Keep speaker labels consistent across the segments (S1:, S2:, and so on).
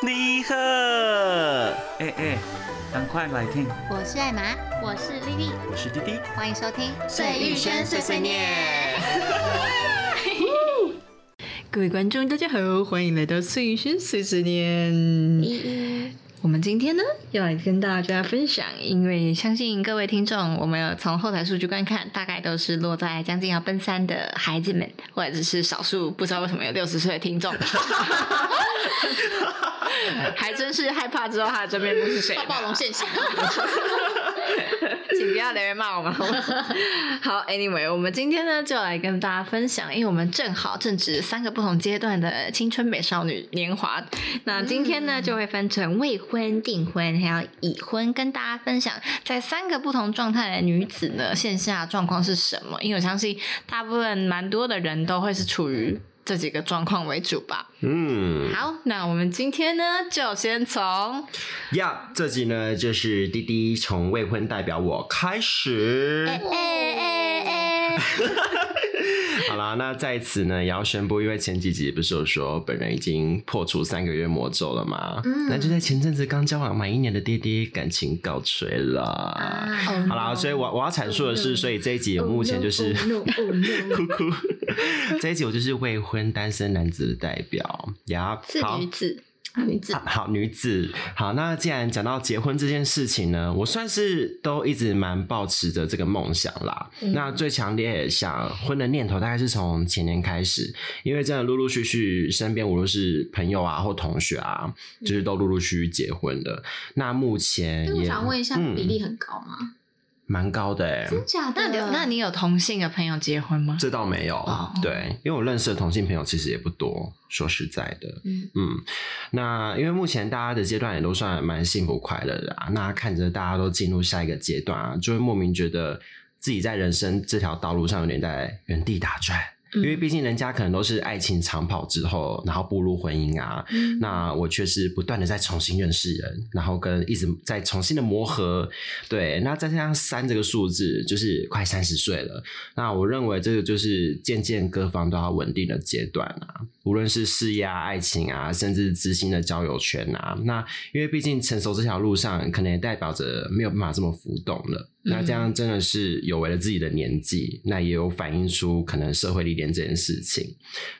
S1: 你好，哎哎，赶快来听，
S2: 我是艾玛，我是丽丽，
S1: 我是滴滴。
S2: 欢迎收听《》。
S3: 各位观众，大家好，欢迎来到碎轩碎碎念。
S2: 一一
S3: 我们今天呢，要来跟大家分享，因为相信各位听众，我们有从后台数据观看，大概都是落在将近要奔三的孩子们，或者是少数不知道为什么有六十岁的听 众，还真是害怕知道他的真面目是谁呢。
S2: 暴暴龙现象，
S3: 请不要留言骂我们。好，Anyway，我们今天呢就来跟大家分享，因为我们正好正值三个不同阶段的青春美少女年华。那今天呢就会分成未婚、订婚还有已婚，跟大家分享在三个不同状态的女子呢线下状况是什么。因为我相信大部分蛮多的人都会是处于。这几个状况为主吧。
S4: 嗯，
S3: 好，那我们今天呢，就先从
S4: 呀，这集呢就是滴滴从未婚代表我开始。
S3: 哎哎哎，
S4: 好啦，那在此呢也要宣布，因为前几集不是有说本人已经破除三个月魔咒了吗？
S2: 嗯
S4: 那就在前阵子刚交往满一年的滴滴感情告吹了。
S3: 啊
S2: 哎
S4: 好啦，所以我我要阐述的
S3: 嗯
S4: 是，所以这一集我目前
S3: 哦
S4: 就是、 哭哭，这一集我就是未婚单身男子的代表呀。
S3: 是
S4: 好
S3: 女子，女子
S4: 啊好，女子，好，那既然讲到结婚这件事情呢，我算是都一直蛮抱持着这个梦想啦。
S2: 嗯
S4: 那最强烈想婚的念头，大概是从前年开始，因为真的陆陆续续身边无论是朋友啊或同学啊，就是都陆陆续续结婚的。那目前
S2: 嗯哎那我想问
S4: 也
S2: 一下，
S4: 嗯
S2: 比例很高吗？
S4: 蛮高的哎、
S2: 真假的？
S3: 那你那你有同性的朋友结婚吗？
S4: 这倒没有，
S3: 哦
S4: 对，因为我认识的同性朋友其实也不多，说实在的，
S2: 嗯
S4: 嗯，那因为目前大家的阶段也都算蛮幸福快乐的啊，那看着大家都进入下一个阶段啊，就会莫名觉得自己在人生这条道路上有点在原地打转，
S2: 嗯
S4: 因为毕竟人家可能都是爱情长跑之后，然后步入婚姻啊，
S2: 嗯
S4: 那我却是不断的在重新认识人，然后跟一直在重新的磨合。对，那再加上三这个数字，就是快三十岁了。那我认为这个就是渐渐各方都要稳定的阶段啊，无论是事业啊、爱情啊，甚至知心的交友圈啊。那因为毕竟成熟这条路上，可能也代表着没有办法这么浮动了。那这样真的是有违了自己的年纪，那也有反映出可能社会历练这件事情。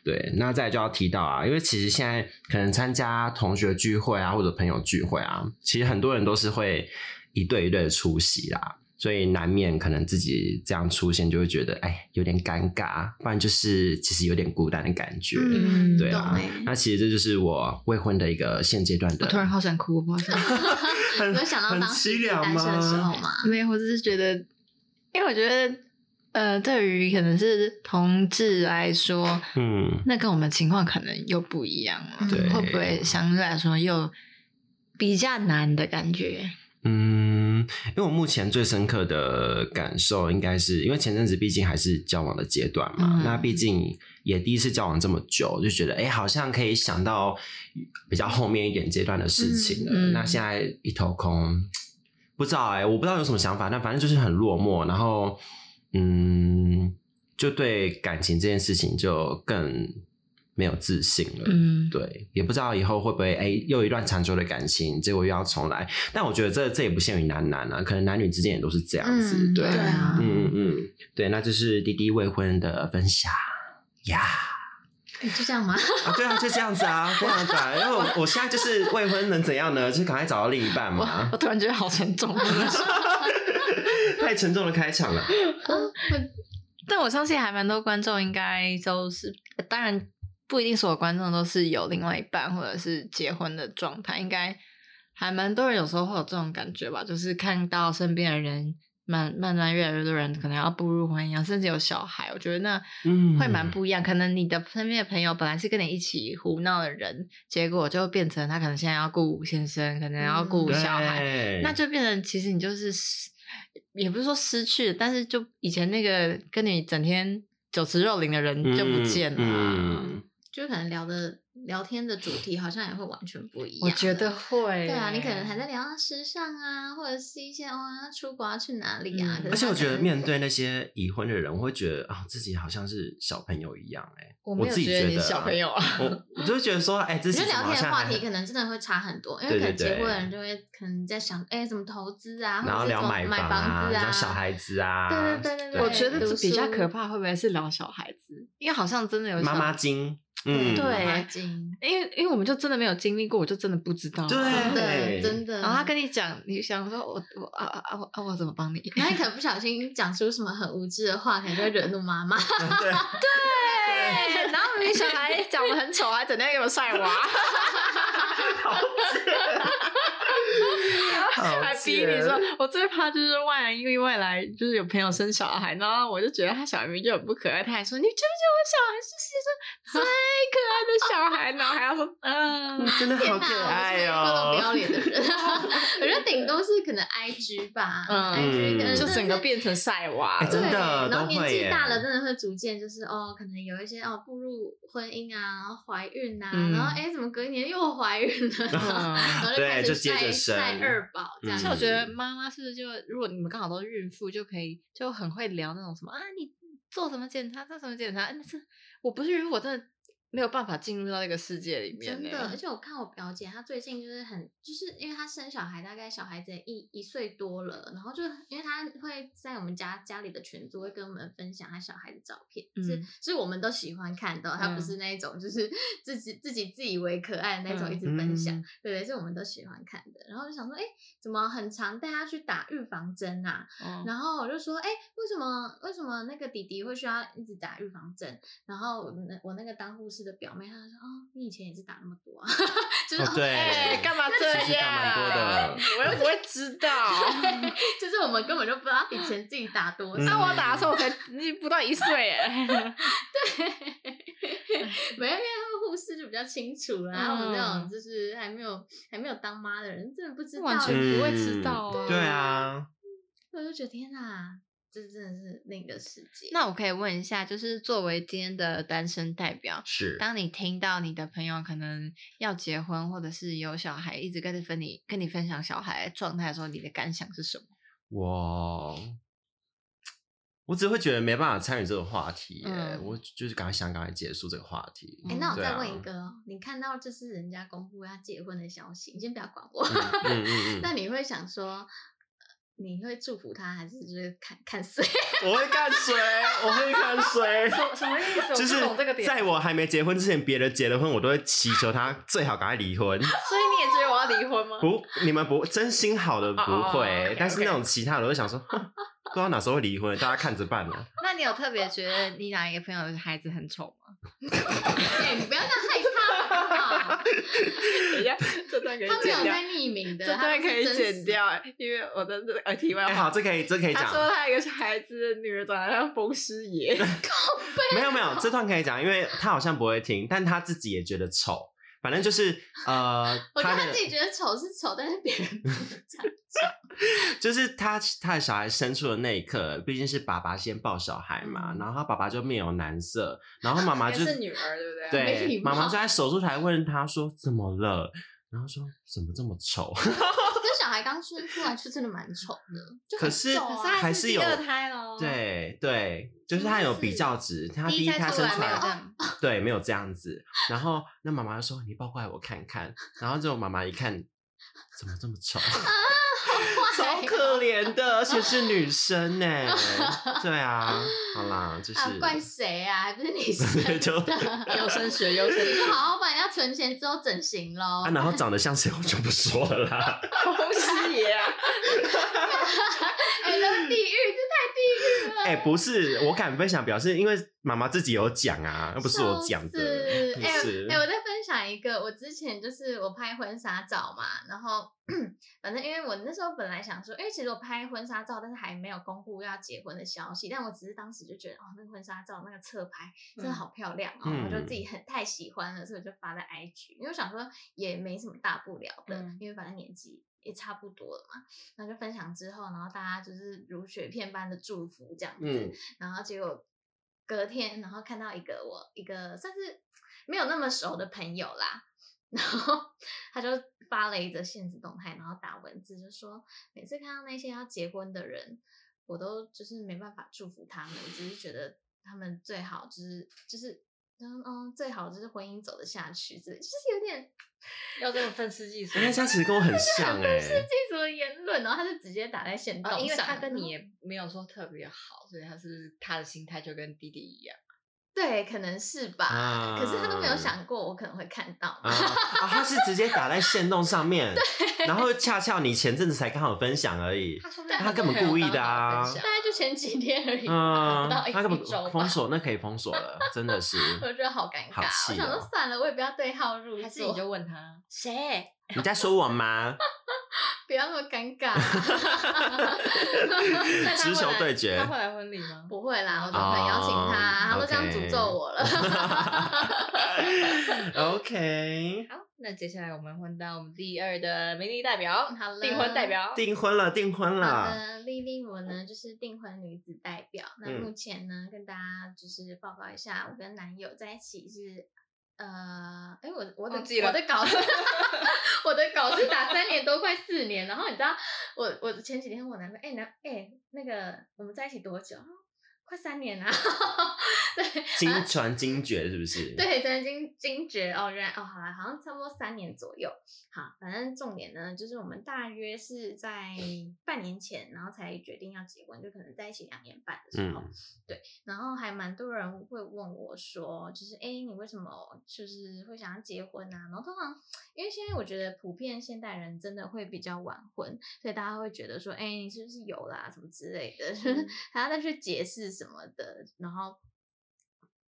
S4: 对，那再来就要提到啊，因为其实现在可能参加同学聚会啊，或者朋友聚会啊，其实很多人都是会一对一对的出席啦，所以难免可能自己这样出现就会觉得哎有点尴尬，啊不然就是其实有点孤单的感觉。
S2: 嗯，
S4: 对
S2: 懂
S4: 啊
S2: 哎，。
S4: 那其实这就是我未婚的一个现阶段
S3: 我
S4: 的。
S3: 突然好想哭，我不知道为 什么
S4: 很
S2: 有想到
S4: 很
S2: 当时
S4: 凄
S2: 自己
S4: 凉
S2: 单身的时
S4: 吗
S2: 候吗？
S3: 没有，我只是觉得，因为我觉得，呃，对于可能是同志来说，
S4: 嗯，
S3: 那跟我们情况可能又不一样了，
S2: 对
S3: 会不会相对来说又比较难的感觉？
S4: 嗯，因为我目前最深刻的感受，应该是因为前阵子毕竟还是交往的阶段嘛，
S3: 嗯
S4: 那毕竟也第一次交往这么久，就觉得哎、诶好像可以想到比较后面一点阶段的事情了。
S3: 嗯嗯
S4: 那现在一头空，不知道哎、我不知道有什么想法，但反正就是很落寞，然后嗯，就对感情这件事情就更没有自信了。
S3: 嗯，
S4: 对，也不知道以后会不会哎、又一段长久的感情，结果又要重来。但我觉得这这也不限于男男啊，可能男女之间也都是这样子。
S2: 嗯
S4: 对，
S2: 对啊
S4: 嗯嗯嗯，对，那就是滴滴未婚的分享 呀。
S2: 哎就这样吗？
S4: 啊，对啊，就这样子啊，非常短。因为我我现在就是未婚能怎样呢？就是赶快找到另一半
S3: 我
S4: 嘛
S3: 我。突然觉得好沉重。
S4: 太沉重的开场了。
S3: 但我相信还蛮多观众应该都是，呃当然不一定所有观众都是有另外一半或者是结婚的状态，应该还蛮多人有时候会有这种感觉吧，就是看到身边的人慢慢慢越来越多人可能要步入婚姻啊，甚至有小孩，我觉得那
S4: 嗯
S3: 会蛮不一样。可能你的身边的朋友本来是跟你一起胡闹的人，结果就变成他可能现在要顾先生，可能要顾
S2: 嗯
S3: 小孩，
S4: 对
S3: 那就变成其实你就是失，也不是说失去，但是就以前那个跟你整天酒池肉林的人就不见了啊、
S4: 嗯嗯嗯
S2: 就可能聊的聊天的主题好像也会完全不一样。
S3: 我觉得。会。
S2: 对啊，你可能还在聊到时尚啊，或者是一些哦，要出国要去哪里啊
S3: 嗯。
S2: 可是
S4: 而且
S2: 他
S4: 我
S2: 可
S4: 觉得
S2: 能
S4: 面对那些已婚的人，我会觉得啊、自己好像是小朋友一样、欸，哎，
S3: 我
S4: 我
S3: 没有
S4: 自己
S3: 觉得你
S4: 得
S3: 是小朋友啊
S4: 我我就会觉得说，哎、自
S2: 我
S4: 己
S2: 觉得
S4: 怎
S2: 聊
S4: 么好
S2: 天的
S4: 像还
S2: 话题
S4: 很
S2: 可能真的会差很多，因
S4: 对
S2: 为可
S4: 对
S2: 能结
S4: 对
S2: 婚的人就会可能在想，哎，怎么投资啊，
S4: 然
S2: 或
S4: 后
S2: 者是
S4: 聊
S2: 怎么
S4: 买
S2: 买
S4: 房
S2: 子啊，
S4: 聊小孩子啊，
S2: 对对对对对
S3: 我觉得
S2: 读
S3: 这比较
S2: 书
S3: 可怕，会不会是聊小孩子？因为好像真的有
S4: 妈
S3: 小
S4: 妈经，嗯，
S3: 对
S2: 花精，
S3: 因为因为我们就真的没有经历过，我就真的不知道啊、
S4: 对
S2: 真
S4: 哎
S2: 的嗯真的。
S3: 然后他跟你讲，你想说我我啊啊啊我啊我怎么帮你？
S2: 然后你可能不小心讲出什么很无知的话，可能就会惹怒妈妈。
S4: 对，
S3: 对，然后明明小孩长得很丑，还整天给我晒娃，
S4: 好
S3: 还逼
S4: 贱
S3: 你说，我最怕就是万然因为未来就是有朋友生小孩，然后我就觉得他小孩明明就很不可爱，他还说你觉不觉得我小孩是世界上最可爱的小 孩？然后还要说嗯
S4: 嗯。真的好
S2: 天哪，我
S4: 可
S2: 是
S4: 爱
S2: 一个
S4: 哦、
S2: 不要脸的 人。我觉得顶多是可能 IG 吧，IG 可能
S4: 嗯
S3: 就
S2: 真的
S3: 整个
S2: 是
S3: 变成晒娃
S4: 哎
S3: 了，
S4: 真的
S2: 对然
S4: 都
S2: 后年
S4: 会
S2: 纪
S4: 耶
S2: 大了，真的会逐渐就是哦，可能有一些哦步入婚姻啊，然后怀孕啊，
S3: 嗯
S2: 然后哎，怎么隔一年又怀孕 了？然后 然后
S4: 对
S2: 开始
S4: 就接着
S2: 晒晒
S4: 生
S2: 二宝这样
S3: 而
S4: 嗯
S3: 且
S2: 子。
S3: 我觉得妈妈是不是就，如果你们刚好都是孕妇，就可以就很会聊那种什么啊，你做什么检查，做什么检查，啊那是我不是孕妇，我真的没有办法进入到那个世界里面
S2: 真
S3: 欸。
S2: 的，而且我看我表姐，她最近就是很，就是因为她生小孩，大概小孩子也一一岁多了，然后就因为她会在我们家家里的群组会跟我们分享她小孩的照片，是
S3: 嗯
S2: 是我们都喜欢看到，她
S3: 嗯
S2: 不是那一种就是 自己自己自以为可爱的那种
S3: 嗯
S2: 一直分享，
S4: 嗯
S2: 对对，是我们都喜欢看的。然后就想说，哎，怎么很常带她去打预防针啊？
S3: 哦
S2: 然后我就说，哎、为什么为什么那个弟弟会需要一直打预防针？然后我那我那个当护士的表妹，她就说，哦，你以前也是打那么多啊， 就是、
S4: 哦对
S3: 哎，干嘛这
S4: 其实
S3: 样？
S4: 干蛮多的，
S3: 我又不会知道。
S2: 对， 就是我们根本就不知道以前自己打多少。
S3: 那我打的时候我才不到一岁 哎，
S2: 没有，因为他们护士就比较清楚啦，我们这
S3: 嗯
S2: 种就是还没有还没有当妈的人，真的不知道。
S3: 完全不会知道啊
S4: 嗯对啊，
S2: 我就觉得天哪，这真的是另一个世界。
S3: 那我可以问一下，就是作为今天的单身代表，
S4: 是，
S3: 当你听到你的朋友可能要结婚，或者是有小孩，一直跟你分你跟你分享小孩的状态的时候，你的感想是什么？
S4: 我我只会觉得没办法参与这个话题耶、
S3: 嗯
S4: 我就是赶快想赶快结束这个话题。
S2: 哎、那我
S4: 对
S2: 再
S4: 啊
S2: 问一个哦，你看到就是人家公布要结婚的消息，你先不要管我。
S4: 嗯嗯嗯
S2: 那你会想说，你会祝福他，还是就是看看谁？
S4: 我会看谁？我会看谁？
S3: 什么意思
S4: 就是在我还没结婚之前，别人结了婚，我都会祈求他最好赶快离
S3: 所
S4: 婚。
S3: 以你也觉得我要离婚吗？
S4: 不，你们不真心好的不
S3: 哦哦
S4: 会
S3: OK，
S4: 但是那
S3: OK
S4: 种其他的，我会想说，哼不知道哪时候会离婚，大家看着办 啊。
S3: 那你有特别觉得你哪一个朋友的孩子很丑吗？
S2: 哎、你不要这样害他好不好？
S3: 等一下，这段可
S2: 他没有在匿名的，
S3: 这
S2: 他
S3: 段
S2: 都
S3: 可
S2: 是
S3: 以
S2: 真
S3: 剪
S2: 实。，
S3: 掉、欸，因为我的这个呃题外
S4: 哎、
S3: 话。
S4: 好，这可以，这可以
S3: 他
S4: 讲。
S3: 说 他有一个孩子的女儿长得像风师爷，
S4: 没有没有，这段可以讲，因为他好像不会听，但他自己也觉得丑。反正就是呃
S2: 我觉得
S4: 的
S2: 他自己觉得丑是丑，但是别人不是这样讲。
S4: 就是他他的小孩生出的那一刻，毕竟是爸爸先抱小孩嘛，
S3: 嗯
S4: 然后他爸爸就面有难色，然后妈妈
S3: 也
S4: 啊就是
S3: 女儿，对不对？
S2: 没
S4: 对，
S2: 礼
S4: 妈妈
S2: 貌
S4: 就在手术台问他说怎么了，然后说怎么这么丑，
S2: 这小孩刚生出来就真的蛮丑的，就
S4: 可
S2: 很
S4: 是
S2: 瘦
S3: 可
S2: 啊
S3: 是哦他
S4: 还
S3: 是
S4: 是
S3: 第
S4: 有
S3: 二胎咯
S4: 对对，就是
S3: 什么
S4: 他
S3: 意
S4: 有
S3: 思
S4: 比较值，他
S3: 第
S4: 第
S3: 一
S4: 一
S3: 胎
S4: 胎
S3: 出
S4: 生
S3: 来
S4: 出
S3: 没有这
S4: 来。
S3: 样，
S4: 对，没有这样子。然后那妈妈就说：“你抱过来我看看。”然后这种妈妈一看，怎么这么 丑？ 超可怜的，而且是女生呢、 对啊，好啦，就是、
S2: 啊， 怪谁啊？还不是你生的？
S4: 就
S3: 优生学优生
S2: 你就
S3: 学，
S2: 好好把人家存钱之后整形喽
S4: 啊，。然
S3: 哦
S4: 后长得像谁我就不说了啦。
S3: 风师爷 啊！
S2: 哎，这是地狱，这太地狱了。
S4: 哎、不是，我敢分享，表示因为妈妈自己有讲啊，又不是我
S2: 笑
S4: 讲的，
S2: 死
S4: 不
S2: 哎
S4: 是
S2: 哎、我再分享一个，我之前就是我拍婚纱照嘛，然后反正因为我那时候本来想说，因为其实我拍婚纱照，但是还没有公布要结婚的消息，但我只是当时就觉得，哦，那个婚纱照那个侧拍真的好漂亮哦，
S4: 嗯
S2: 我就自己很太喜欢了，所以我就发在 IG，因为我想说也没什么大不了的，
S3: 嗯
S2: 因为反正年纪。也差不多了嘛，然后就分享之后，然后大家就是如雪片般的祝福这样子，
S4: 嗯，
S2: 然后结果隔天，然后看到一个我一个算是没有那么熟的朋友啦。然后他就发了一则现实动态，然后打文字就说，每次看到那些要结婚的人，我都就是没办法祝福他们，只是觉得他们最好就是就是。嗯嗯，最好就是婚姻走得下去，这就是有点
S5: 要这么愤世嫉俗
S4: 哎，，那这样其实跟我很 像哎、
S2: 是嫉俗的言论，哦然后他就直接打在线动
S5: 哦
S2: 上、
S5: 因为他跟你
S2: 然后
S5: 也没有说特别好，所以他是他的心态就跟弟弟一样。
S2: 对，可能是吧。
S4: 啊
S2: 可是他都没有想过我可能会看到。
S4: 啊啊！他是直接打在线动上 面，然后恰巧你前阵子才刚好分享而已。
S5: 他说
S2: 但
S4: 他根本故意的啊
S2: 大概就前几天而已吧，
S4: 嗯
S2: 不到一，
S4: 他根
S2: 一周
S4: 本
S2: 吧
S4: 封。锁，那可以封锁了，真的是。
S2: 我觉得好尴
S4: 好
S2: 尬，
S4: 气
S2: 我想说
S4: 哦
S2: 算了，我也不要对号入
S5: 还是你
S2: 座，
S5: 就问他谁？
S4: 你在说 我吗？
S2: 不要那么尴尬。
S5: 那他
S4: 直
S5: 会
S4: 球
S5: 来
S4: 对哦决
S5: 他会来婚礼吗？
S2: 不会啦，我都很邀请他，他都这样诅咒我了。
S4: OK，
S5: 好，那接下来我们换到我们第二的民意代表，
S2: 好了，
S5: 订婚代。表。
S4: 订婚了，订婚
S2: 好
S4: 了。
S2: 的，丽丽我呢就是订婚女子代表。那
S4: 嗯
S2: 目前呢，跟大家就是报告一下，我跟男友在一起是，呃，哎，我我的
S5: 忘记了
S2: 我的稿是， 我的稿是打三年多，快四年。然后你知道，我我前几天问我男朋友，哎男哎那个我们在一起多久？快三年啦、对，
S4: 金传金爵是不是？，
S2: 对，真的惊惊觉哦，原来哦，好啦，好像差不多三年左右。好，反正重点呢，就是我们大约是在半年前，然后才决定要结婚，就可能在一起两年半的时候。
S4: 嗯
S2: 然后还蛮多人会问我说，就是哎，诶你为什么就是会想要结婚啊？然后通常因为现在我觉得普遍现代人真的会比较晚婚，所以大家会觉得说，哎，你是不是有啦什么之类的，就是 还要再去解释什么的，然后。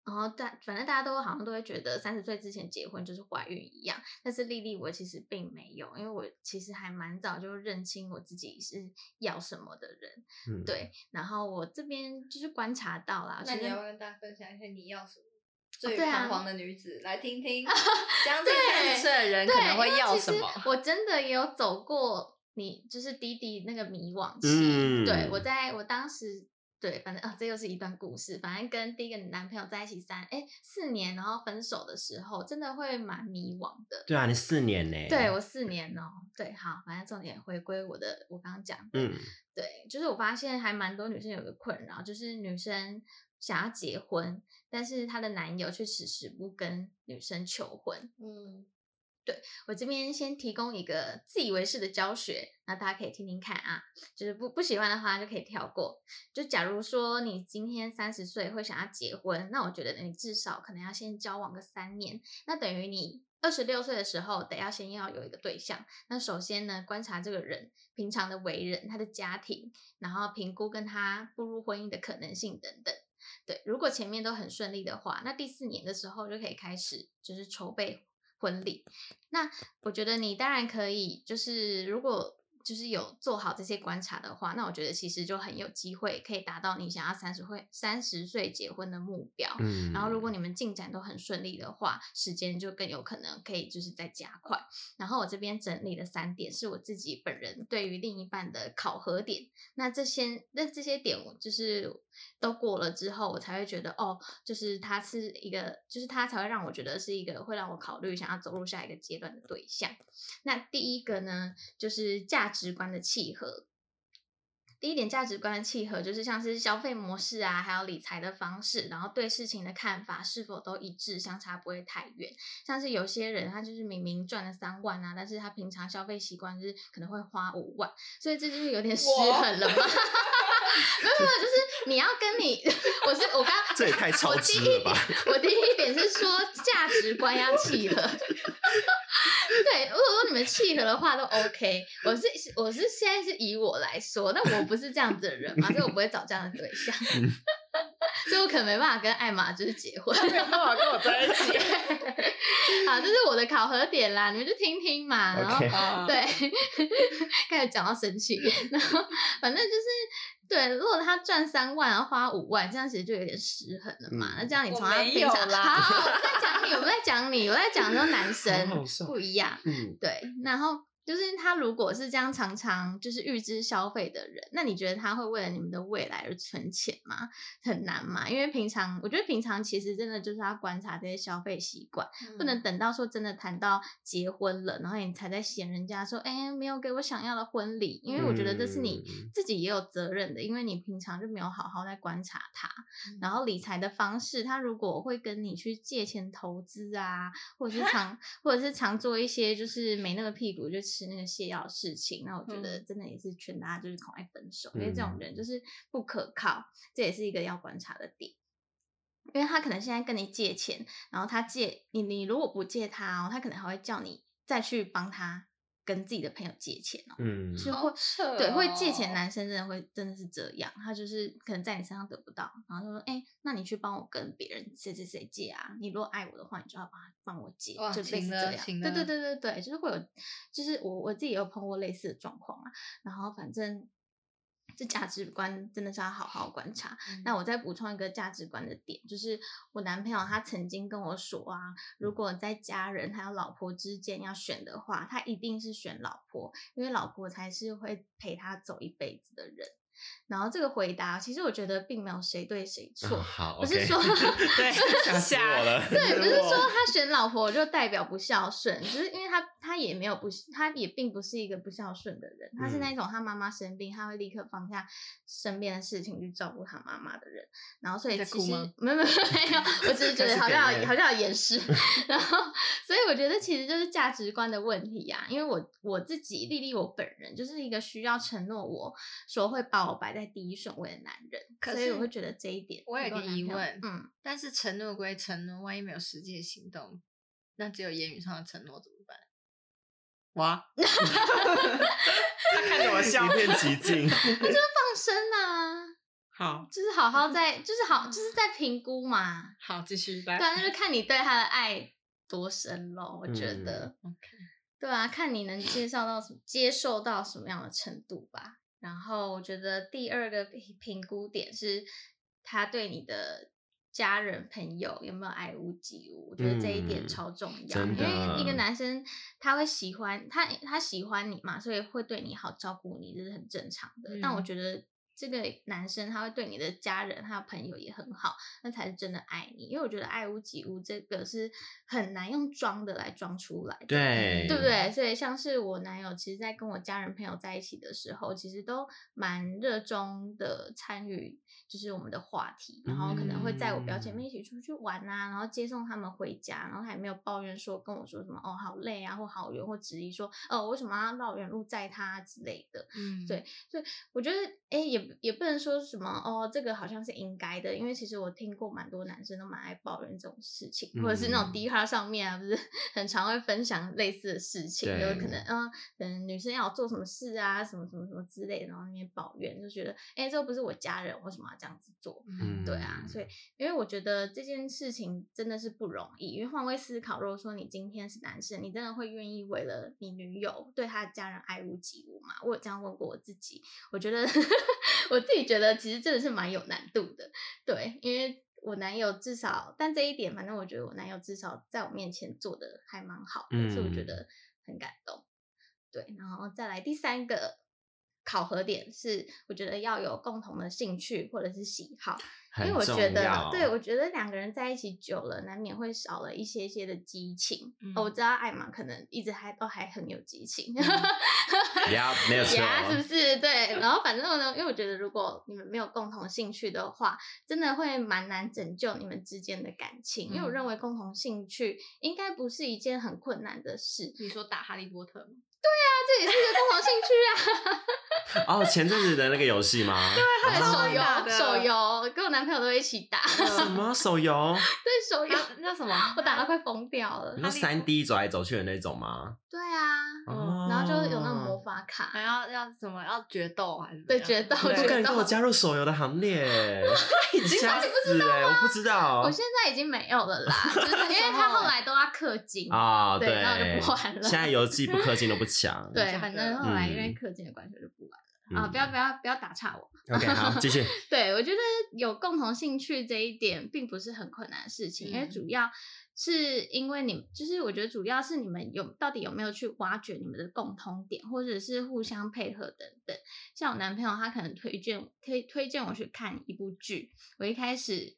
S2: 然后大，反正大家都好像都会觉得三十岁之前结婚就是怀孕一样，但是丽丽我其实并没有，因为我其实还蛮早就认清我自己是要什么的人，
S4: 嗯，
S2: 对，然后我这边就是观察到啦，
S5: 那你
S2: 其实
S5: 要不要跟大家分享一下你要什么？最
S2: 对啊
S5: 彷徨的女子，来听 听将近三
S2: 对
S5: 十岁的人
S2: 对
S5: 可能
S2: 因
S5: 会
S2: 为
S5: 要
S2: 其
S5: 什
S2: 实
S5: 么？
S2: 我真的也有走过你就是滴滴那个迷惘期，
S4: 嗯
S2: 对我在我当时。对，反正啊、这又是一段故事。反正跟第一个男朋友在一起三哎四年，然后分手的时候，真的会蛮迷惘的。
S4: 对啊，你四年呢？
S2: 对我四年哦、对，好，反正重点回归我的，我刚刚讲的，
S4: 嗯，
S2: 对，就是我发现还蛮多女生有个困扰，就是女生想要结婚，但是她的男友却迟迟不跟女生求婚。
S5: 嗯，
S2: 我这边先提供一个自以为是的教学，那大家可以听听看啊，就是不不喜欢的话就可以跳过。就假如说你今天三十岁会想要结婚，那我觉得你至少可能要先交往个三年，那等于你二十六岁的时候得要先要有一个对象。那首先呢，观察这个人平常的为人、他的家庭，然后评估跟他步入婚姻的可能性等等。对，如果前面都很顺利的话，那第四年的时候就可以开始就是筹备婚礼。那我觉得你当然可以，就是如果就是有做好这些观察的话，那我觉得其实就很有机会可以达到你想要三十岁三十岁结婚的目标。
S4: 嗯
S2: 然后，如果你们进展都很顺利的话，时间就更有可能可以就是再加快。然后我这边整理了三点，是我自己本人对于另一半的考核点。那这些那这些点，我就是都过了之后，我才会觉得哦，就是他是一个，就是他才会让我觉得是一个会让我考虑想要走入下一个阶段的对象。那第一个呢，就是价值观的契合。第一点，价值观的契合就是像是消费模式啊，还有理财的方式，然后对事情的看法是否都一致，相差不会太远。像是有些人他就是明明赚了三万啊，但是他平常消费习惯是可能会花五万，所以这就是有点失
S5: 我
S2: 衡 了嘛。没有没有，就是你要跟你， 我是我刚
S4: 这也太超
S2: 我第
S4: 支
S2: 一
S4: 了吧？
S2: 我第一点是说价值观要契合。 对，如果说你们契合的话都 OK。我是我是现在是以我来说，但我不是这样子的人嘛，所以我不会找这样的对象，所以我可能没办法跟艾玛就是结婚。
S5: 没有办法跟我在一起。
S2: 好，这是我的考核点啦，你们就听听嘛。然后
S4: OK
S5: 啊，
S2: 对， 开始讲到生气，然后反正就是对，如果他赚三万，然后花五万，这样其实就有点失衡了嘛。
S4: 嗯
S2: 那这样你
S5: 我
S2: 从他
S5: 没
S2: 平
S5: 有
S2: 常，
S5: 啦
S2: 好，我在讲你，我在讲你，我在讲说男生
S4: 好好笑
S2: 不一样，
S4: 嗯，
S2: 对，然后就是他如果是这样常常就是预支消费的人，那你觉得他会为了你们的未来而存钱吗？很难嘛，因为平常我觉得平常其实真的就是要观察这些消费习惯，不
S3: 嗯
S2: 能
S5: 嗯
S2: 等到说真的谈到结婚了，然后你才在嫌人家说，哎、没有给我想要的婚礼，因为我觉得这是你
S4: 嗯
S2: 自己也有责任的，因为你平常就没有好好在观察他。
S4: 嗯
S2: 然后理财的方式，他如果会跟你去借钱投资啊，或者是常或者是常做一些就是没那个屁股就吃那个泻药的事情，那我觉得真的也是劝大家就是赶快分手，因为这种
S4: 嗯
S2: 人就是不可靠，这也是一个要观察的点。因为他可能现在跟你借钱，然后他借你，你如果不借他哦，他可能还会叫你再去帮他跟自己的朋友借钱哦，
S4: 嗯，
S2: 就会
S5: 好扯哦、
S2: 对，会借钱男生真的会真的是这样，他就是可能在你身上得不到，然后就说，哎、那你去帮我跟别人谁谁谁借啊，你如果爱我的话，你就要帮他帮我借
S5: 哇，
S2: 就类
S5: 请
S2: 似
S5: 了
S2: 这样。
S5: 请
S2: 对对
S5: 了
S2: 对对对，就是会有，就是我我自己也有碰过类似的状况啊。然后反正这价值观真的是要好好观察，
S5: 嗯
S2: 那我再补充一个价值观的点，就是我男朋友他曾经跟我说啊，如果在家人还有老婆之间要选的话，他一定是选老婆，因为老婆才是会陪他走一辈子的人。然后这个回答，其实我觉得并没有谁对谁错，
S4: 啊好，
S2: 不是
S4: OK
S2: 说
S1: 对，吓死我了。
S2: 对，不是
S4: 哦
S2: 说他选老婆就代表不孝顺，只是因为他他也没有不，他也并不是一个不孝顺的人，他是那种他妈妈生病，他会立刻放下身边的事情去照顾他妈妈的人。然后所以
S5: 在
S2: 其
S5: 哭
S2: 实
S5: 吗
S2: 没有没有没有，我只是觉得好像
S4: 开始哽
S2: 有
S4: 咽
S2: 好像有掩饰。然后所以我觉得其实就是价值观的问题啊，因为我我自己丽丽我本人就是一个需要承诺我说会把我摆在第一顺位的男人，
S5: 可
S2: 所以我
S5: 是
S2: 会觉得这一点
S5: 我有
S2: 你跟
S5: 个
S2: 男
S5: 疑
S2: 朋友
S5: 问
S2: 嗯。
S5: 但是承诺归承诺，万一没有实际的行动，那只有言语上的承诺怎么办？哇，
S1: 他看着我笑
S4: 一。片寂静。
S2: 放生啊，
S5: 好
S2: 就是好好在，就是好，就是在评估嘛。
S5: 好继续
S2: 对
S5: 来
S2: 啊， 就是看你对他的爱多深咯，我觉得。
S5: 嗯，OK
S2: 对啊，看你能接受到什么，接受到什么样的程度吧。然后我觉得第二个评评估点是他对你的。家人朋友有没有爱屋及乌？我觉得这一点
S4: 嗯
S2: 超重要，
S4: 真
S2: 因为一个
S4: 的
S2: 男生他会喜欢他他喜欢你嘛，所以会对你好，照顾你，这是很正常的。但我
S5: 嗯
S2: 觉得这个男生他会对你的家人还有朋友也很好，那才是真的爱你。因为我觉得爱屋及乌这个是很难用装的来装出来的。
S4: 对，
S2: 对不？对？所以像是我男友，其实，在跟我家人朋友在一起的时候，其实都蛮热衷的参与，就是我们的话题，然后可能会在我表姐妹一起出去玩啊，然后接送他们回家，然后他也没有抱怨说跟我说什么哦好累啊，或好远，或质疑说哦为什么要绕远路载他啊之类的。
S5: 嗯，
S2: 对我觉得，哎、也不也不能说什么哦，这个好像是应该的，因为其实我听过蛮多男生都蛮爱抱怨这种事情，或者是那种
S4: 嗯
S2: D 卡上面啊，不是很常会分享类似的事情，有可
S4: 对
S2: 能嗯，可能女生要我做什么事啊，什么什么什么之类的，然后那边抱怨，就觉得，哎、这又不是我家人，为什么要这样子做？
S5: 嗯，
S2: 对啊，所以因为我觉得这件事情真的是不容易，因为换位思考，如果说你今天是男生，你真的会愿意为了你女友对她的家人爱屋及乌吗？我有这样问过我自己，我觉得 我自己觉得其实真的是蛮有难度的，对，因为。我男友至少，但这一点，反正我觉得我男友至少在我面前做的还蛮好的，所以我觉
S4: 嗯
S2: 得很感动。对，然后再来第三个考核点是，我觉得要有共同的兴趣或者是喜好。因为我觉得，对我觉得两个人在一起久了，难免会少了一些些的激情。哦我
S5: 嗯
S2: 知道艾玛可能一直还都还很有激情，
S4: 呀，嗯 没有错，
S2: 呀，是不是？对，然后反正呢，因为我觉得如果你们没有共同兴趣的话，真的会蛮难拯救你们之间的感情。因为我
S5: 嗯
S2: 认为共同兴趣应该不是一件很困难的事，
S5: 你说打哈利波特 吗？
S2: 那这也是一个共同兴趣啊。
S4: 哦，前阵子的那个游戏吗？ 对
S2: 对，啊手
S5: 会打
S2: 游，
S5: 的
S2: 手游，跟我男朋友都会一起打，
S4: 什么手游？
S2: 对手游，
S5: 那那什么
S2: 我打到快疯掉了
S4: 你。说三 D 走来走去的那种吗？
S2: 对啊，
S4: 哦，
S2: 然后就有那种魔法卡，
S5: 还要要什么？要决斗还是怎
S2: 对
S5: 样
S2: 决斗
S4: 我
S2: 决
S4: 不
S2: 斗
S4: 敢跟我加入手游的 行列，吓死哎！我不知道
S2: 我现在已经没有了啦，就是因为他后来都要氪 金，
S4: 啊，
S2: 对那我就不玩了
S4: 现在游戏不氪金都不强。
S2: 对，
S5: 假
S2: 反
S5: 的
S2: 正后来因为
S4: 嗯
S2: 氪金的关系我就不玩
S4: 嗯
S2: 了啊！不要不要不要打岔我。
S4: OK，好，继续。
S2: 对我觉得有共同兴趣这一点并不是很困难的事情，因为
S5: 嗯
S2: 主要是因为你，就是我觉得主要是你们有到底有没有去挖掘你们的共通点，或者是互相配合等等。像我男朋友，他可能推荐推推荐我去看一部剧，我一开始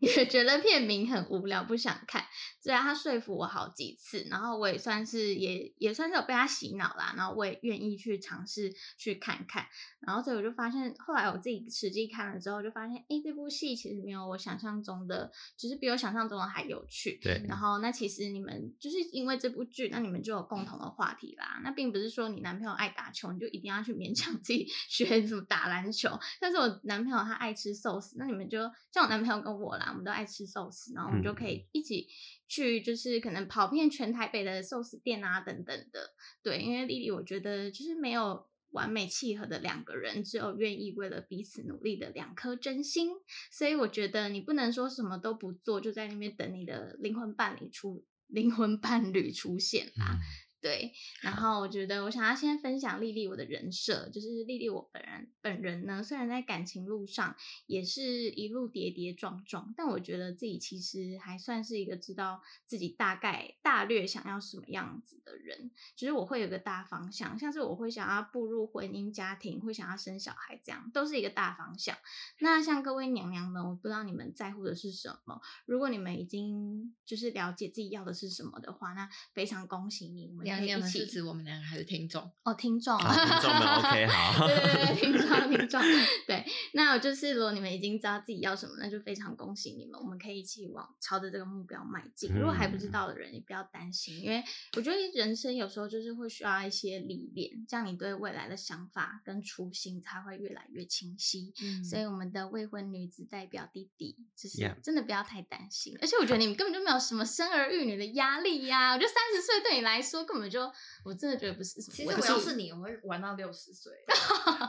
S2: 也觉得片名很无聊，不想看，虽然他说服我好几次，然后我也算是也也算是有被他洗脑啦，然后我也愿意去尝试去看看。然后所以我就发现，后来我自己实际看了之后，就发现，诶，这部戏其实没有我想象中的，只、是比我想象中的还有趣。
S4: 对
S2: 然后那其实你们就是因为这部剧，那你们就有共同的话题啦。那并不是说你男朋友爱打球，你就一定要去勉强自己 学什么打篮球。但是我男朋友他爱吃寿司，那你们就像我男朋友跟我啦，我们都爱吃寿司，然后我们就可以一起去，就是可能跑遍全台北的寿司店啊等等的。对，因为丽丽，我觉得就是没有完美契合的两个人，只有愿意为了彼此努力的两颗真心。所以我觉得你不能说什么都不做，就在那边等你的灵魂伴侣出 灵魂伴侣出现
S4: 嗯
S2: 啦。对，然后我觉得我想要先分享丽丽我的人设，就是丽丽我本人本人呢，虽然在感情路上也是一路跌跌撞撞，但我觉得自己其实还算是一个知道自己大概大略想要什么样子的人，就是我会有个大方向，像是我会想要步入婚姻家庭，会想要生小孩，这样都是一个大方向。那像各位娘娘们，我不知道你们在乎的是什么。如果你们已经就是了解自己要的是什么的话，那非常恭喜你，我们
S5: 娘
S2: 可以
S5: 娘
S2: 一
S5: 们是
S2: 起
S5: 指我们两个还是听众？
S2: 哦，听众
S4: 好，啊听众 们 OK 好，
S2: 对对对，听众 听众，对，那我就是如果你们已经知道自己要什么，那就非常恭喜你们，我们可以一起往朝着这个目标迈进。如果还不知
S4: 嗯
S2: 道的人，也不要担心，因为我觉得人生有时候就是会需要一些历练，这样你对未来的想法跟初心才会越来越清晰。
S5: 嗯
S2: 所以我们的未婚女子代表弟弟，就是
S4: Yeah
S2: 真的不要太担心。而且我觉得你们根本就没有什么生儿育女的压力呀、我觉得三十岁对你来说根本就，我真的觉得不是什么
S5: 其
S2: 问
S5: 实
S2: 题。
S5: 我要是你，我会玩到六十岁，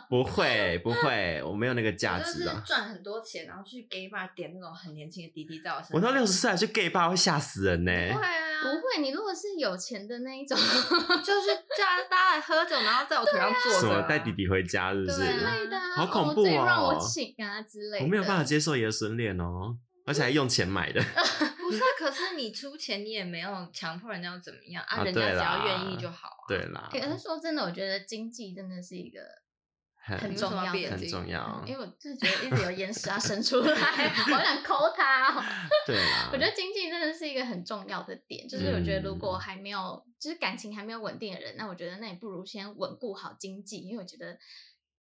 S4: 不会不会，我没有那个价
S5: 我就
S4: 值啊
S5: 是
S4: 的。
S5: 赚很多钱，然后去 gay bar 点那种很年轻的滴滴在我身上。
S4: 我到六十哎岁还去 gay 吧，会吓死人呢、
S5: 对啊，
S2: 不会，你如果是有钱的那一种
S5: 就是大家大家来喝酒，然后在我腿上坐着啊，
S4: 什么带弟弟回家是不是？
S5: 对
S2: 之
S5: 啊
S2: 类的啊、
S4: 好恐
S2: 哦最
S4: 怖
S2: 让我
S4: 哦
S2: 请啊之类的。哦
S4: 我没有办法接受爷孙恋哦，而且还用钱买的。
S5: 不是啊，可是你出钱，你也没有强迫人家要怎么样啊，
S4: 啊
S5: 人家只
S4: 对啦
S5: 要愿意就好啊。
S4: 对啦，
S2: 欸。可是说真的，我觉得经济真的是一个
S5: 你
S4: 很
S5: 为
S2: 重
S5: 什么
S2: 要
S5: 变
S2: 的
S4: 很
S5: 这个
S4: 重要
S2: 嗯，因为我 就是觉得一直有眼屎要伸出来，我想抠它哦、
S4: 对啦。
S2: 我觉得经济真的是一个很重要的点，就是我觉得如果
S4: 嗯
S2: 还没有，就是感情还没有稳定的人，那我觉得那你不如先稳固好经济，因为我觉得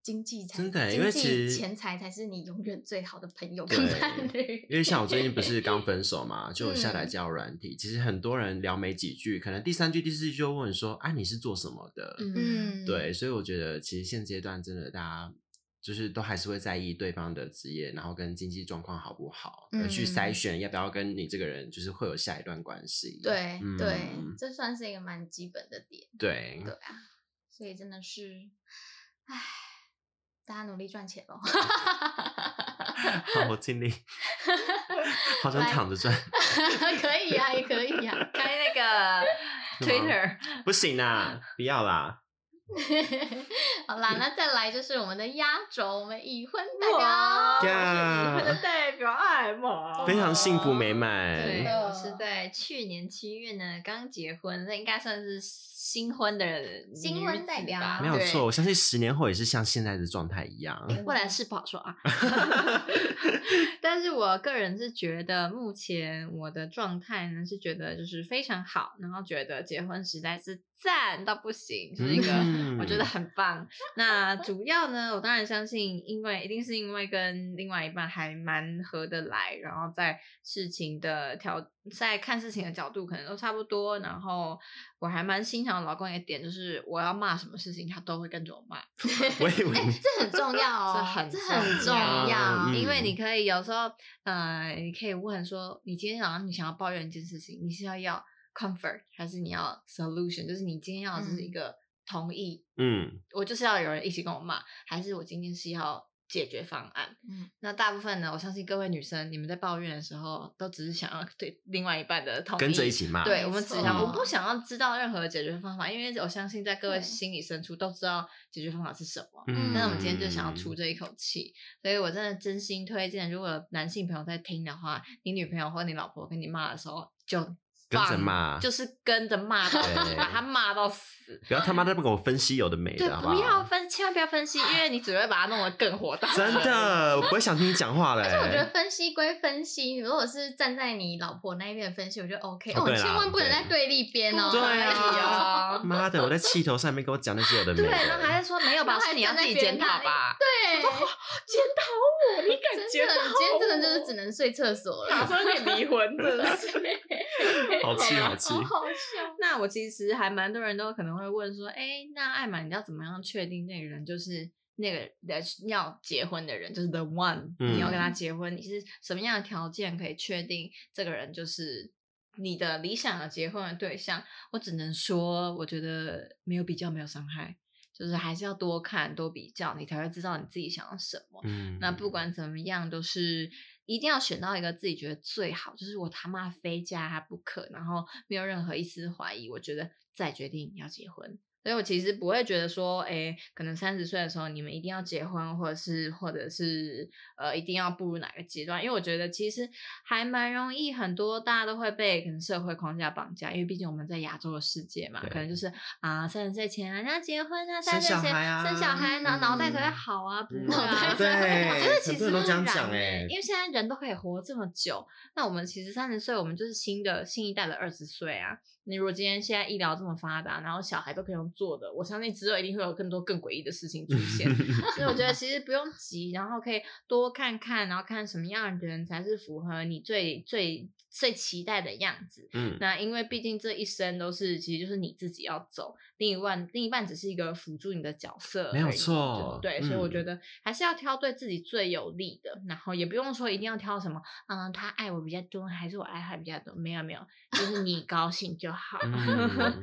S2: 经济才
S4: 真的
S2: 经
S4: 因为
S2: 济
S4: 其实
S2: 钱财才是你永远最好的朋友跟
S4: 对
S2: 伴侣。
S4: 因为像我最近不是刚分手嘛，就有下载交友软体，其实很多人聊没几句，可能第三句、第四句就问说：“啊，你是做什么的？”
S5: 嗯，
S2: 嗯，
S4: 对，所以我觉得其实现阶段真的大家就是都还是会在意对方的职业，然后跟经济状况好不好，而去筛
S2: 嗯
S4: 选要不要跟你这个人就是会有下一段关系。
S2: 对、对
S4: 嗯，
S2: 这算是一个蛮基本的点。
S4: 对
S2: 对啊，所以真的是，唉，大家努力赚钱喽。
S4: 好，我尽力，好想躺着 赚，
S2: 可以啊，也可以啊。
S5: 开那 个 Twitter，
S4: 不行啦，不要啦。
S2: 好啦，那再来就是我们的压轴，我们已婚嗯代表。
S4: 呀
S5: 代表艾玛
S4: 非常幸福美。满。
S3: 对，
S5: 嗯
S3: 我是在去年七月呢刚结婚，那应该算是新婚的女
S2: 新婚代
S3: 子
S2: 表
S3: 吧
S4: 没有
S3: 啊对
S4: 错，我相信十年后也是像现在的状态一样。
S2: 嗯
S3: 不然是不好说啊。 但是我个人是觉得，目前我的状态呢是觉得就是非常好，然后觉得结婚实在是赞到不行，就是一个
S4: 嗯
S3: 我觉得很棒。那主要呢，我当然相信，因为一定是因为跟另外一半还蛮合得来，然后在事情的条在看事情的角度可能都差不多，然后我还蛮欣赏我老公一个点，就是我要骂什么事情，他都会跟着我骂。
S4: 我以 为你
S2: 哎这很重要哦，
S3: 这很
S2: 这很重
S4: 要
S2: 要。
S4: 嗯
S3: 因为你可以有时候，呃，你可以问说，你今天早上你想要抱怨一件事情，你是要要 comfort 还是你要 solution？就是你今天要的是一个同意，
S4: 嗯，
S3: 我就是要有人一起跟我骂，还是我今天是要解决方案？
S2: 嗯，
S3: 那大部分呢，我相信各位女生，你们在抱怨的时候，都只是想要对另外一半的同意，
S4: 跟着一起骂。
S3: 对，
S2: 没
S3: 我们只
S2: 错
S3: 想，我
S4: 嗯
S3: 不想要知道任何解决方法，因为我相信在各位
S2: 对
S3: 心里深处都知道解决方法是什么。
S4: 嗯，
S3: 但是我们今天就想要出这一口气，所以我真的真心推荐，如果男性朋友在听的话，你女朋友或你老婆跟你骂的时候，就
S6: 跟着
S3: 放
S6: 骂
S3: 就是跟着骂到
S6: 对
S3: 死，把他骂到死。
S6: 不要他妈在那边给我分析有的没
S3: 对，
S6: 的，好
S3: 不要
S6: 好？
S3: 分，千万不要分析，因为你只会把它弄得更火大。
S6: 真的，我不会想听你讲话嘞。
S2: 而且我觉得分析归分析，如果是站在你老婆那一边分析，我觉得 OK
S6: 哦
S2: 哦，
S6: 对啦
S2: 千万不能在对立边哦。
S6: 对啊
S3: 啊，
S6: 妈的，我在气头上面跟我讲那些有的没
S3: 对，
S6: 的，
S3: 然后还在说没有吧，
S2: 然后还
S3: 是你要
S2: 站在
S3: 自己
S2: 别人
S3: 检讨
S2: 那里
S3: 吧。
S2: 对，
S3: 检讨我，你敢
S2: 真的，你今天真的就是只能睡厕所了，
S3: 算可以离婚，真的 是。
S6: 好气好气
S2: 好。好笑。
S3: 那我其实还蛮多人都可能会问说，哎、那艾玛，你要怎么样确定那个人就是那个人要结婚的人，就是 the one，、
S6: 嗯
S3: 你要跟他结婚，你是什么样的条件可以确定这个人就是你的理想的结婚的对象？我只能说，我觉得没有比较，没有伤害。就是还是要多看多比较，你才会知道你自己想要什么。
S6: 嗯
S3: 那不管怎么样，都是一定要选到一个自己觉得最好，就是我他妈非嫁他不可，然后没有任何一丝怀疑，我觉得再决定要结婚。所以我其实不会觉得说，哎，可能三十岁的时候你们一定要结婚，或者是或者是呃，一定要步入哪个阶段？因为我觉得其实还蛮容易，很多大家都会被可能社会框架绑架，因为毕竟我们在亚洲的世界嘛，可能就是啊，三十岁前啊，你要结婚啊，
S6: 生
S3: 三十
S6: 小
S3: 岁
S6: 孩啊
S3: 生小孩，脑脑袋才会
S6: 嗯
S3: 好啊，不
S6: 嗯
S3: 会啊，
S6: 对
S3: 我觉得其
S6: 很
S3: 实
S6: 多人都这样
S3: 不然
S6: 讲
S3: 欸
S6: 欸
S3: 因为现在人都可以活这么久，那我们其实三十岁，我们就是新的新一代的二十岁啊。你如果今天现在医疗这么发达，然后小孩都可以用做的，我相信之后一定会有更多更诡异的事
S6: 嗯
S3: 情出现。 所以我觉得其实不用急，然后可以多看看，然后看什么样的人才是符合你最最最期待的样子。
S6: 嗯，
S3: 那因为毕竟这一生都是，其实就是你自己要走，另一半另一半只是一个辅助你的角色而已，
S6: 没有错
S3: 对，所以我觉
S6: 嗯
S3: 得还是要挑对自己最有利的，然后也不用说一定要挑什么，嗯，他爱我比较多，还是我爱他比较多，没有没有，就是你高兴就好。
S6: 嗯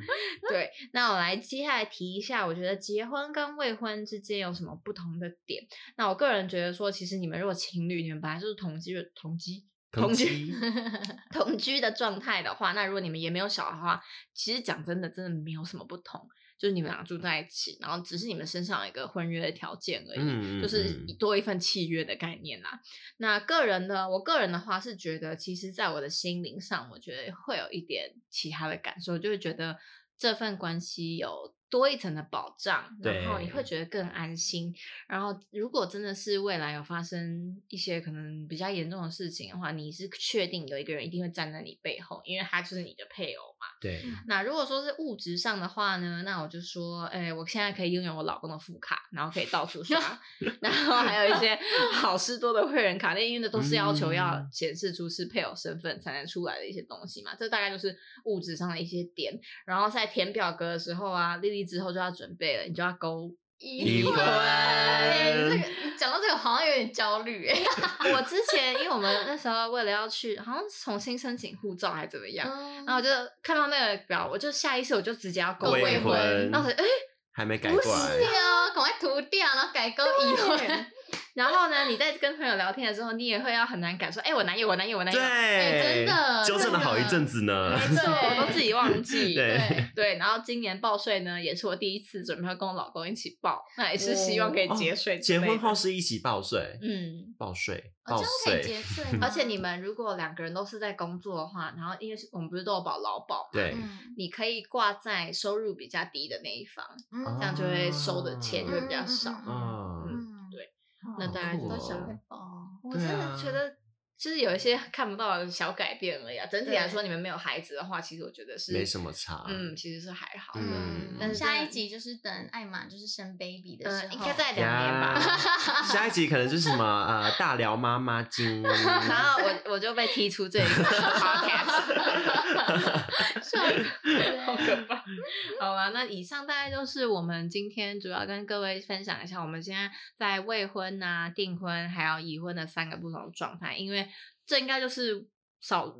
S3: 对，那我来接下来提一下，我觉得结婚跟未婚之间有什么不同的点？那我个人觉得说，其实你们如果情侣，你们本来就是同居的同居。
S6: 同
S3: 居
S6: 居
S3: 同居的状态的话，那如果你们也没有小孩的话，其实讲真的，真的没有什么不同，就是你们俩住在一起，然后只是你们身上有一个婚约的条件而已，
S6: 嗯
S3: 就是
S6: 嗯嗯
S3: 多一份契约的概念啦。那个人呢，我个人的话是觉得，其实在我的心灵上，我觉得会有一点其他的感受，就会觉得这份关系有。多一层的保障，然后你
S6: 对
S3: 会觉得更安心。然后，如果真的是未来有发生一些可能比较严重的事情的话，你是确定有一个人一定会站在你背后，因为他就是你的配偶嘛。
S6: 对，
S3: 那如果说是物质上的话呢，那我就说，哎、我现在可以拥有我老公的副卡，然后可以到处刷， 然后还有一些好事多的会员卡，那因为那都是要求要
S6: 嗯
S3: 显示出是配偶身份才能出来的一些东西嘛，这大概就是物质上的一些点。然后在填表格的时候啊，丽丽之后就要准备了，你就要勾
S6: 离婚
S2: 哎这个你讲到这个好像有点焦虑哎。
S3: 我之前，因为我们那时候为了要去，好像是重新申请护照还是怎么样，
S2: 然
S3: 然后我就看到那个表，我就下意识我就直接要勾
S2: 未
S3: 未
S2: 婚
S3: 然后我就哎、
S6: 还没改
S3: 不
S6: 过来，
S2: 对啊，赶快涂掉，然后改勾已婚。
S3: 然后呢，你在跟朋友聊天的时候，你也会要很难感受，哎、我男友，我男友，我男友，
S6: 对，
S2: 哎真的
S6: 纠正了好一阵子呢
S3: 没。错，我都自己忘记。
S6: 对
S3: 对，然后今年报税呢，也是我第一次准备要跟我老公一起报，那也是希望可以节税、
S6: 哦结婚后，是一起报税，
S3: 嗯，
S6: 报税，
S2: 哦
S6: 报
S2: 这样可以
S6: 税，
S2: 结税吗，
S3: 而且你们如果两个人都是在工作的话，然后因为是我们不是都有保劳保嘛，
S6: 对，
S2: 嗯，
S3: 你可以挂在收入比较低的那一方，
S2: 嗯
S6: 哦
S3: 这样就会收的钱就会比较少。
S6: 嗯，
S2: 嗯嗯
S3: 对，那
S2: 那
S3: 大概
S6: 酷
S3: 就
S2: 都
S3: 是这
S2: 想
S3: 样
S6: 哦
S2: 被包。
S3: 我
S6: 对
S3: 真
S6: 啊
S3: 的觉得。就是有一些看不到的小改变而已啊。整体来
S2: 对
S3: 说，你们没有孩子的话，其实我觉得是
S6: 没什么差，
S3: 嗯，，其实是还好的。
S6: 嗯
S3: 但是
S2: 下
S3: 真
S2: 一
S3: 的
S2: 集就是等艾玛就是生 baby 的时
S3: 呃，
S2: 候，
S3: 应该在两年吧。
S6: 下一集可能就是什么呃大聊妈妈 经，
S3: 然后我我就被踢出这 一个 podcast，
S2: 笑死
S3: 好可怕。好啊，那以上大概就是我们今天主要跟各位分享一下，我们现在在未婚啊、订婚还有已婚的三个不同的状态，因为这应该就是少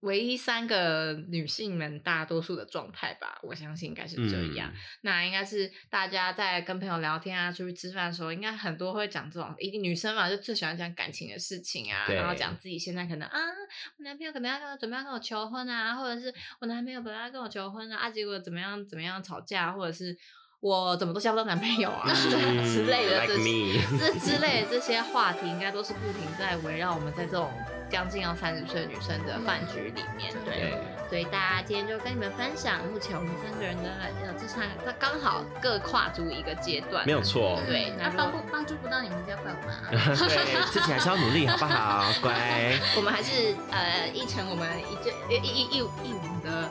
S3: 唯一三个女性们大多数的状态吧，我相信应该是这样。
S6: 嗯
S3: 那应该是大家在跟朋友聊天啊、出去吃饭的时候，应该很多会讲这种，一定女生嘛就最喜欢讲感情的事情啊，
S6: 对
S3: 然后讲自己现在可能啊，我男朋友可能要跟我准备要跟我求婚啊，或者是我男朋友本来要跟我求婚啊，啊结果怎么样怎么样吵架，或者是我怎么都交不到男朋友啊、 之类的
S6: l i k
S3: 这些
S6: e 嗯 me，
S3: 这之类的这些话题，应该都是不停在围绕我们在这种将近要三十岁的女生的饭局里面。对，
S7: 对，
S3: 所以大家今天就跟你们分享，目前我们三个人的呃，这算这刚好各跨足一个阶段，
S7: 没有。
S4: 哦
S7: 错。
S3: 对，
S2: 那
S3: 那
S2: 帮
S3: 帮
S2: 不帮助不到你们，不要怪我们啊。
S8: 对，自己还是要努力，好不好？乖，
S3: 我们还是呃，一成我们一这一一一一往的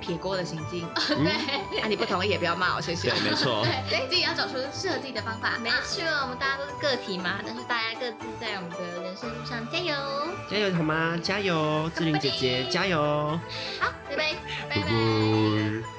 S3: 撇锅的行径。
S7: 嗯
S2: 对
S3: 啊，你不同意也不要骂我，谢谢
S8: 对。，没 错，
S4: 哎
S2: 对，自己要找出适合自己的方法。啊
S3: 没错，我们大家都是个体嘛，但是大家各自在我们的人生路上加油。
S8: 加油，好吗？加油，志玲姐姐，加油！
S2: 好，拜拜，拜
S8: 拜
S2: 拜。
S8: 拜。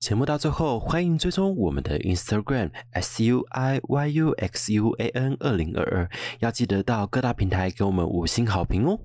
S4: 节目到最后，欢迎追踪我们的 Instagram S U I Y U X U A N 二零二二，要记得到各大平台给我们五星好评哦。